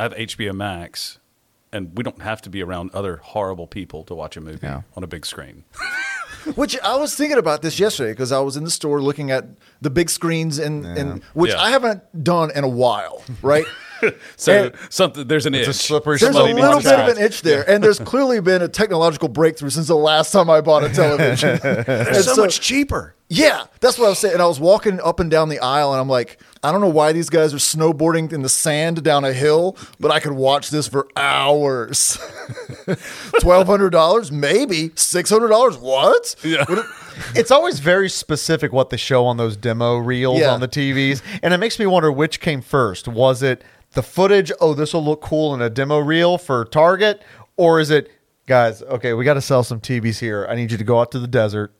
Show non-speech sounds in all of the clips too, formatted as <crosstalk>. I have HBO Max, and we don't have to be around other horrible people to watch a movie Yeah. on a big <laughs> screen. Which I was thinking about this yesterday because I was in the store looking at the big screens and, and which Yeah. I haven't done in a while, right? So And- something there's an It's a itch. slippery <laughs> There's a slope. Somebody little needs to bit of stop. an itch there, and there's clearly been a technological breakthrough since the last time I bought <laughs> a television. It's There's so, much cheaper. Yeah, that's what I was saying. And I was walking up and down the aisle, and I'm like, I don't know why these guys are snowboarding in the sand down a hill, but I could watch this for hours. <laughs> Twelve hundred dollars, maybe six hundred dollars. What? Yeah. What- It's always very specific what they show on those demo reels Yeah. on the TVs, and it makes me wonder which came first. Was it the footage? Oh, this will look cool in a demo reel for Target, or is it guys? Okay, we got to sell some TVs here. I need you to go out to the desert,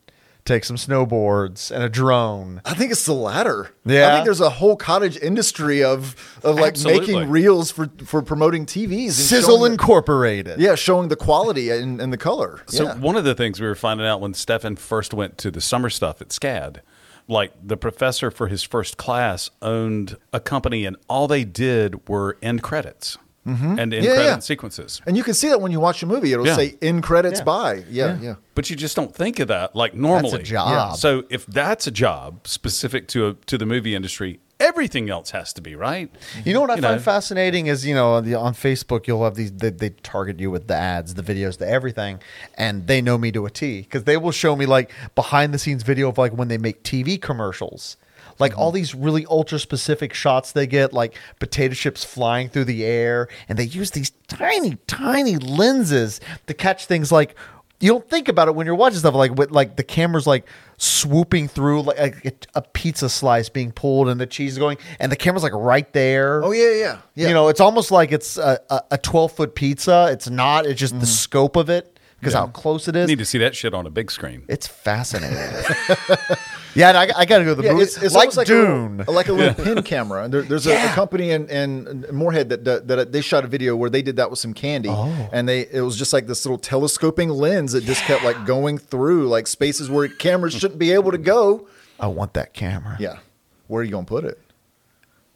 take some snowboards and a drone. I think it's the latter. I Yeah. think there's a whole cottage industry of of like Absolutely. making reels for for promoting TVs, and Sizzle showing the- Incorporated. yeah, showing the quality and, and the color. So yeah. one of the things we were finding out when Stefan first went to the summer stuff at SCAD, like the professor for his first class owned a company, and all they did were end credits and end Mm-hmm. Yeah, credit yeah. sequences. And you can see that when you watch a movie, it'll Yeah. say in credits Yeah. by. Yeah, yeah. But you just don't think of that like normally. job. Yeah. So if that's a job specific to a, to the movie industry, everything else has to be right. You know what I You find know. fascinating is you know on the- on Facebook you'll have these they, they target you with the ads, the videos, the everything, and they know me to a T because they will show me like behind the scenes video of like when they make TV commercials. Like all these really ultra specific shots they get, like potato chips flying through the air, and they use these tiny, tiny lenses to catch things like you don't think about it when you're watching stuff like with like the camera's like swooping through like a, a pizza slice being pulled and the cheese is going and the camera's like right there Oh yeah, yeah, yeah. you know it's almost like it's a a- a 12 foot pizza it's not it's Mm-hmm. just the scope of it because how close it is Need to see that shit on a big screen. it's fascinating <laughs> <laughs> yeah and I, I gotta go to the Yeah, movies it's, it's like almost like dune a little, like a little pin camera. And there, there's a, a company in, in Moorhead that, that that they shot a video where they did that with some candy, and they it was just like this little telescoping lens that just kept like going through like spaces where cameras shouldn't be able to go. i want that camera Yeah, where are you gonna <laughs> put it?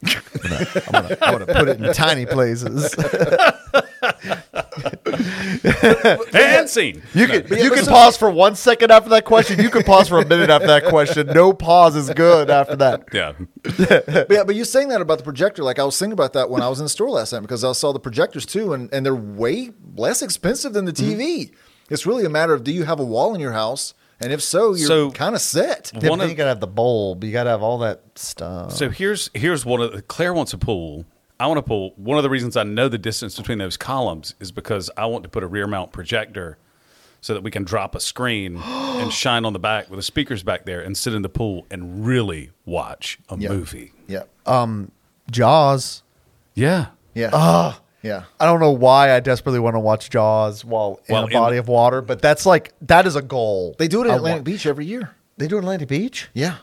i'm gonna, I'm gonna put it <laughs> in tiny places And scene. You can you can pause for one second after that question. You can pause for a minute after that question. No pause is good after that. Yeah. But yeah, but you saying that about the projector, like I was thinking about that when I was in the store last night because I saw the projectors too, and, and they're way less expensive than the Mm-hmm. TV. It's really a matter of do you have a wall in your house, and if so, you're So- kind of set. Yeah, One but of- you gotta have the bulb. You gotta have all that stuff. So here's here's one of the, Claire wants a pool. I want a pool. One of the reasons I know the distance between those columns is because I want to put a rear mount projector so that we can drop a <gasps> screen and shine on the back with the speakers back there and sit in the pool and really watch a movie. Yeah, Uh, Jaws. Yeah. yeah, Ah. yeah. I don't know why I desperately want to watch Jaws while in While a in- body of water, but that's like that is a goal. They do it in I Atlantic want- Beach every year. They do it in Atlantic Beach. Yeah,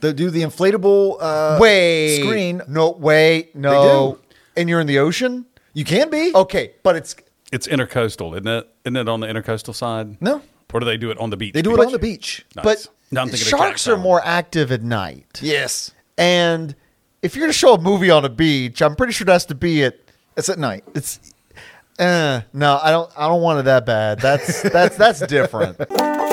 they do the inflatable uh, Wait, screen. No, wait, no. do. And you're in the ocean. You can be Okay, but it's It's intercoastal, isn't it? Isn't it on the intercoastal side? No. Or do they do it on the beach? They do it on the beach. Nice. but Now I'm thinking of sharks Jack's are Island. more active at night. Yes, And if you're gonna show a movie on a beach, I'm pretty sure it has to be at it's at night. it's eh, uh, no, I don't I don't want it that bad. That's that's that's different.